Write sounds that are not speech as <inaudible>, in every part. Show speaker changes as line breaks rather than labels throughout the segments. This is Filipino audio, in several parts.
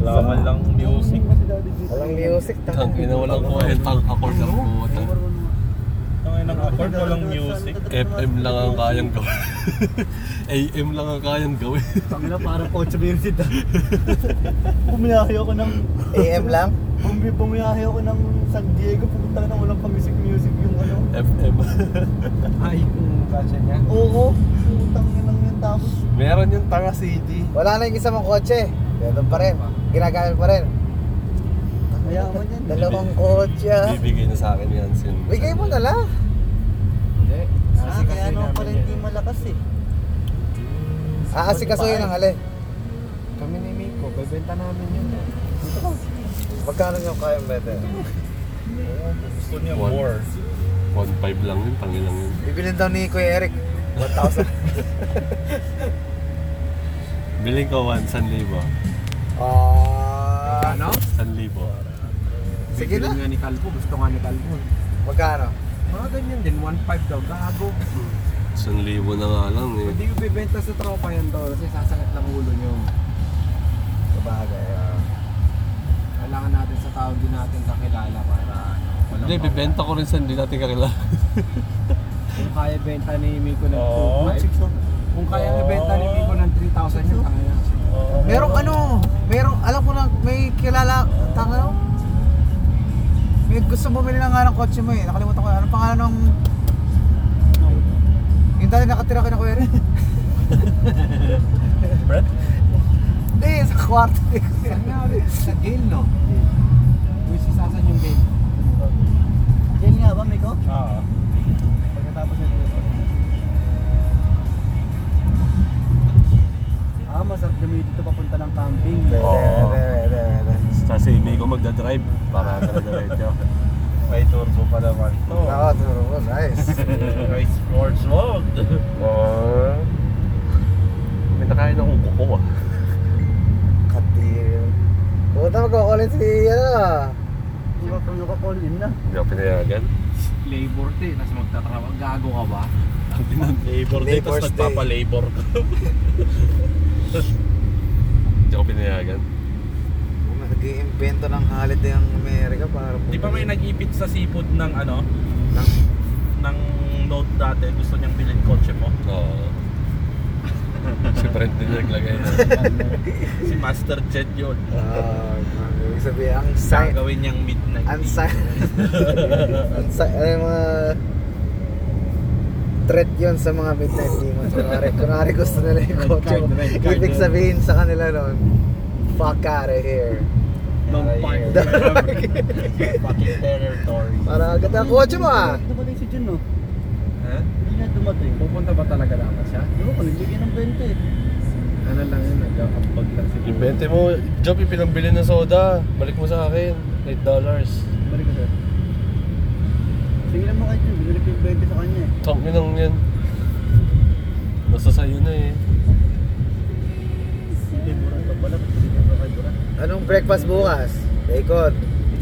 Walang music.
Walang music.
Tang ina walang ko eh tang accord ang puta.
Ang inang accord, walang music.
FM lang ang kayang gawin. <laughs> AM lang ang kayang gawin. <laughs>
Tangina parang kotse music ah. <laughs> Pumiyahe ako ng
AM lang.
bumbi pumiyahe ako ng San Diego pupunta na walang music music yung ano.
FM.
Ay, yung kasa niya.
Oo, putang ina ng yun tapos
Meron yung Tanga City.
Wala na yung isa mong kotse. Meron pa rin. Ginagamit pa rin.
kayaman yan.
Dalawang kotse.
Bibigay na sa akin yan sin.
Bigay mo na lang.
Hindi.
Ah, kaya naman pala hindi malakas eh.
Aasikasuhin ang hali.
Kami ni Miko, bebenta namin yun.
Magkano yung kayang bete?
Gusto niya
One.
more.
1.5 lang yun, pangilang yun.
Bibilin daw ni Kuya Eric. 1,000.
Biling ko 1, 1,000.
<laughs> Ah,
Ano?
1,000.
Sige na.
Bibili nga ni Calvo, gusto nga ni Calvo.
magkano?
Mga ganyan din, 1.5 daw, gago.
1,000 na nga lang eh.
Hindi ko bibenta sa tropa yan daw, kasi sasakit lang ulo nyo.
Sabagay. ah.
Kailangan natin sa tao din natin kakilala para ano, walang
Hindi, bibenta ko rin sa hindi natin kakilala.
Kung kaya benta ni Miko ng
Oh,
Oo.
2.5. Kung kaya
Oo.
benta ni Miko ng 3,000 yun, tangina.
Oo.
Merong ano, merong, alam ko na, may kilala, tanga no? May gusto bumili na nga ng kotse mo eh. Nakalimutan ko, ano pangalan ng... Yung dati nakatira ka na Kuya Eric?
Brett?
Hindi, sa kwarto ni Kuya
Saan nga ulit? Sa jail, no? Uy, si Sasan yung jail.
Yan nga ba, Miko?
Ah.
Pagkatapos ng Ah, masarap gamitin ito papunta ng camping.
Eric.
Oo.
Pwede, pwede, pwede, pwede.
Sa hindi ko magdadrive para sa diretso.
May turbo pa naman. to.
Nako, turo mo, nice.
May sports mode.
Oo. May nakain akong kuko ah.
Katil. Puta, magkakulin si, ano,
Diba kung nakakall in na?
Hindi ako pinayagan.
Labor day, tapos magtatrabaho. Gago ka ba?
Labor Day, tapos
Labor's Day.
nagpapalabor ka.
Hindi ako pinayagan.
nag-iimbento ng holiday ang Amerika para...
Di ba may nag-ipit sa seafood ng ano?
Ng-
Ng note dati. Gusto niyang bilhin kotse mo.
Oo. si Brent din naglagay na. <laughs>
Si Master Jet yun.
Ah, ibig sabihin, ang sign,
Gagawin niyang midnight.
ang sign, ang sign, ano yung mga threat yun sa mga midnight demons. Kunwari, kunwari gusto nila yung
Red
kotse
card,
mo.
red card
Ibig
yun.
sabihin sa kanila nun, fuck out of here.
Don't park.
<laughs> Fucking territory.
Para agad ang kotse mo ah.
Dumating si Jun, no?
Ha?
Hindi na dumating.
Pupunta ba talaga dapat siya?
Diba ko, nagbigyan ng 20 eh.
Ano lang yun, nag-upag lang si
Yung 20 mo, Job, yung pinambili ng soda. Balik mo sa akin. 8 dollars.
Balik ko sir. Sige naman kay Jun, binalik ko yung 20 sa kanya eh.
Tank nyo lang yan. Nasa sa'yo na eh.
Hindi, Buran pa pala. Binigyan ko kay Buran.
Anong breakfast bukas? Bacon.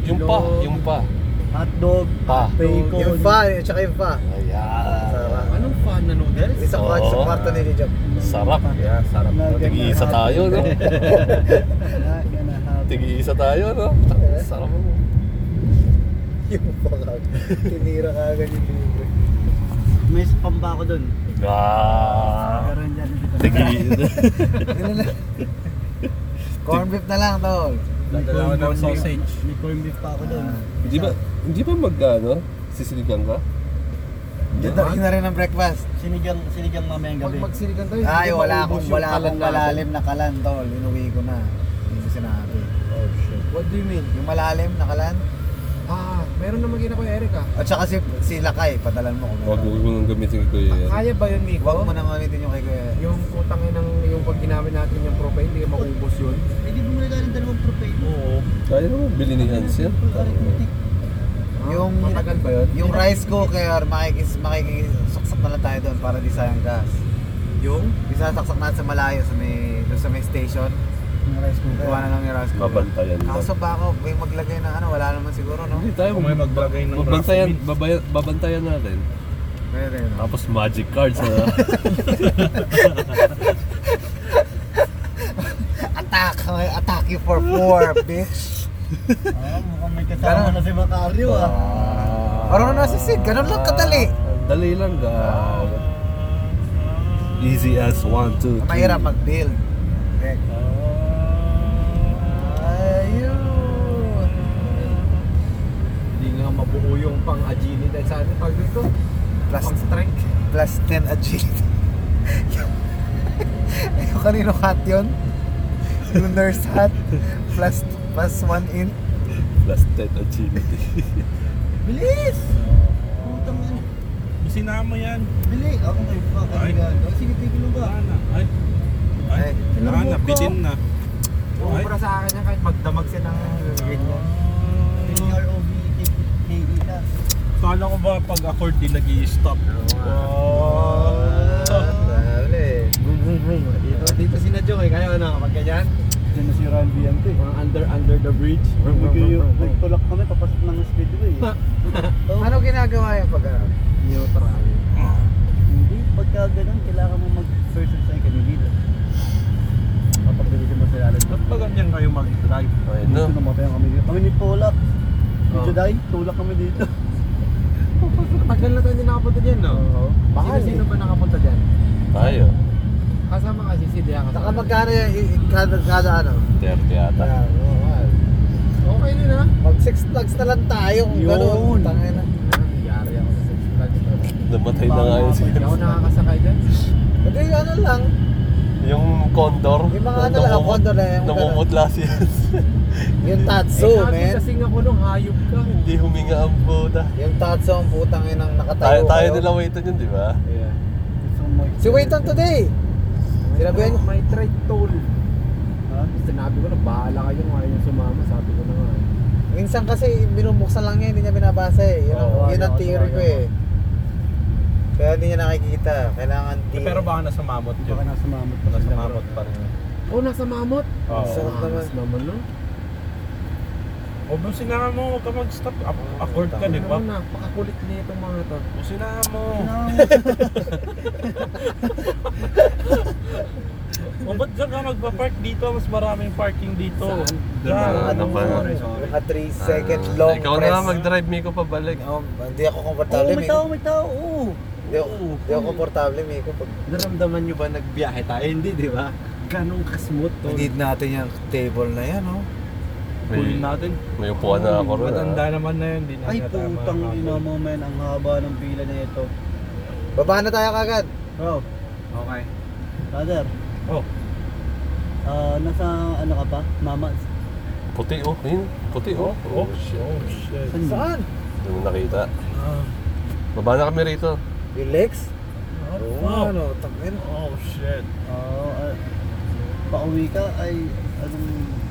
Yung pa, yung pa.
Hotdog,
Pa.
bacon.
Yung fa, yung tsaka yung fa. Sarap.
Ayan.
Anong fan na noodles?
Isa ko sa
Oo.
kwarto ni Dijok.
Sarap.
Yeah, sarap.
Tig-iisa tayo, <laughs> no?
Ah, yan ah, hotdog.
Tig-iisa tayo, no? Sarap mo.
<laughs> Yung fa Tinira ka agad yung libre.
May spam ba ako dun?
Ah.
Meron dyan.
<laughs> Tig-iisa.
Ganun lang. Corn beef na lang, tol.
Dadalawa ng sausage.
May corned beef pa ako dun.
Ah.
Hindi ba, hindi ba mag, ano, sisiligan ka?
Yun na- yun na rin ang breakfast.
Sinigang, sinigang mamaya ng gabi.
magsinigan tayo,
Ay, wala akong, wala akong malalim na kalan, tol. Inuwi ko na. Hindi ko sinabi.
Oh, shit. What do you mean?
Yung malalim na kalan.
Ah, meron naman gina ko Eric ah.
At saka si, si Lakay, padalan mo kung
Huwag
meron.
mo nang gamitin ko yun.
Kaya ba yun, Miko?
Huwag mo nang ulitin yung kay Kuya.
Yung putang ng yung pag ginamit natin yung propane, hindi maubos yun.
Hindi bumili tayo ng dalawang propane.
Oo.
Kaya naman bili ni Hans yan.
Arithmetic.
Ah,
Yung,
matagal ba yun?
yung rice cooker, makikis, makikisaksak na lang tayo doon para di sayang gas.
Yung?
Isasaksak natin sa malayo sa may, doon sa may station.
Yung rice cooker.
Kuha na lang yung rice cooker.
Babantayan lang.
Kaso ba ako, may maglagay na ano, wala naman siguro, no?
Hindi tayo
Kung may maglagay ng
babantayan,
ramen.
babay- babantayan natin.
Meron. no?
Tapos magic
<laughs>
cards na.
Ang attack. I attack you for four, <laughs> bitch.
Ah, mukhang may kasama
Ganun.
na si Macario ah.
Parang na si Sid, ganun lang kadali.
Dali lang, gag. Easy as one, two, three.
Mahirap mag-build. Correct. Ayun.
Hindi nga mabuo yung pang-agility dahil sa atin pag dito.
Plus, <laughs>
Pang-strength.
plus 10 agility. <laughs> yung kanino hat yun? Yung nurse hat. Plus, plus 1 in.
Plus 10 agility.
Bilis! Putang yan.
Sinama yan.
Bili! Ako may fuck.
Ay.
Ay, Ay, sige, tigil mo ba?
Wala na. Ay. Ay. Wala na.
Ay,
tinulog ka.
Bitin na. Ay.
Umubra sa akin yan kahit magdamag sila ng ganyan.
K-E na.
Kala ko ba pag accord di nag stop
Dali. Dito, dito si Nadjo eh. Kaya ano, pag ganyan.
Diyan na si Ryan Biante.
Mga under, under the bridge.
Nagkiyo- Nagtulak kami papasok ng speedway. eh. Oh,
Ano ginagawa yung pag
Neutral.
Hindi, pagka ganun, kailangan mo mag-first or second dito. Papagbibigyan mo sa lalim.
Ba't ba ganyan kayo mag-drive?
Ayun
Dito
na.
namatayan kami dito. Kami ni Polak.
Oh.
Dito dahil, tulak kami dito.
Tagal na tayo hindi nakapunta dyan, no?
Bakal.
Sino-sino ba nakapunta dyan?
Tayo.
Kasama kasi si Dea
Saka
kasama.
magkano yung i- i- kada, kada ano?
30 ata.
Ah, bawal.
Okay din ha? Ah,
Mag six flags na lang tayo kung
Yun.
ganun. Tangin na.
Nangyari ako sa Six Flags. to.
Namatay na nga yun si
Hindi ako nakakasakay dyan.
Hindi, ano lang.
Yung condor.
Yung mga ano lang,
namumut-
condor na yung-
Namumutla siya. <laughs>
Yung Tatsu,
eh,
man.
Kasi nga ko nung hayop ka.
Hindi huminga ang puta.
Yung Tatsu ang putang inang nakatayo.
Tayo, tayo
kayo.
nila waitan yun, di ba?
Yeah.
Gusto mo mag-
Si Waiton today. Sinabi yan.
May try toll.
Ha?
Sinabi ko na bahala kayo kung ayaw sumama. Sabi ko na nga. eh.
Minsan kasi binubuksan lang niya, hindi niya binabasa eh. Yun ang,
Oo,
yun ang
ayaw,
theory
ayaw.
ko eh. Kaya hindi niya nakikita. Kailangan di...
Pero baka nasa mamot yun.
Baka nasa mamot pa
Baka nasa mamot pa rin.
Oh, nasa mamot.
Oo.
Sarap naman.
Nasa naman no?
O ba sinama mo, huwag ka mag-stop. Ac- Accord ka, di ba?
Ano, Napakakulit na itong mga to.
O sinama mo.
Ano?
O ba't dyan ka magpa-park dito? Mas maraming parking dito.
Saan?
Dyan.
Dun, ano pa?
Sorry, sorry.
Mga 3 second long
Ah, Ikaw
press.
na mag-drive, Miko, pabalik.
Oh, hindi ako
Oo,
komportable,
may
Miko.
tao, may tao, oo.
Hindi ako, hindi ako komportable, Miko. Pag
Naramdaman nyo ba nagbiyahe tayo? Hindi, di ba? Ganong kasmooth to.
need natin yung table na yan, oh.
Kulin natin.
May upuan na ako rin.
Matanda
ah.
naman na yun. Di na
Ay,
niya tama
putang
ang
ina mo, men. Ang haba ng pila na ito.
Baba na tayo kagad.
Bro,
Okay.
brother,
habol. Oh,
ah, nasa ano ka pa? Mama?
Puti, oh. Ayun, puti, oh.
oh, shit. Oh, shit.
Saan? ba?
Saan?
Hindi mo nakita.
Ah.
Baba na kami rito.
Yung legs? Oo,
Oh,
ano, tangin.
oh, shit.
Oo, ah, pauwi ka ay anong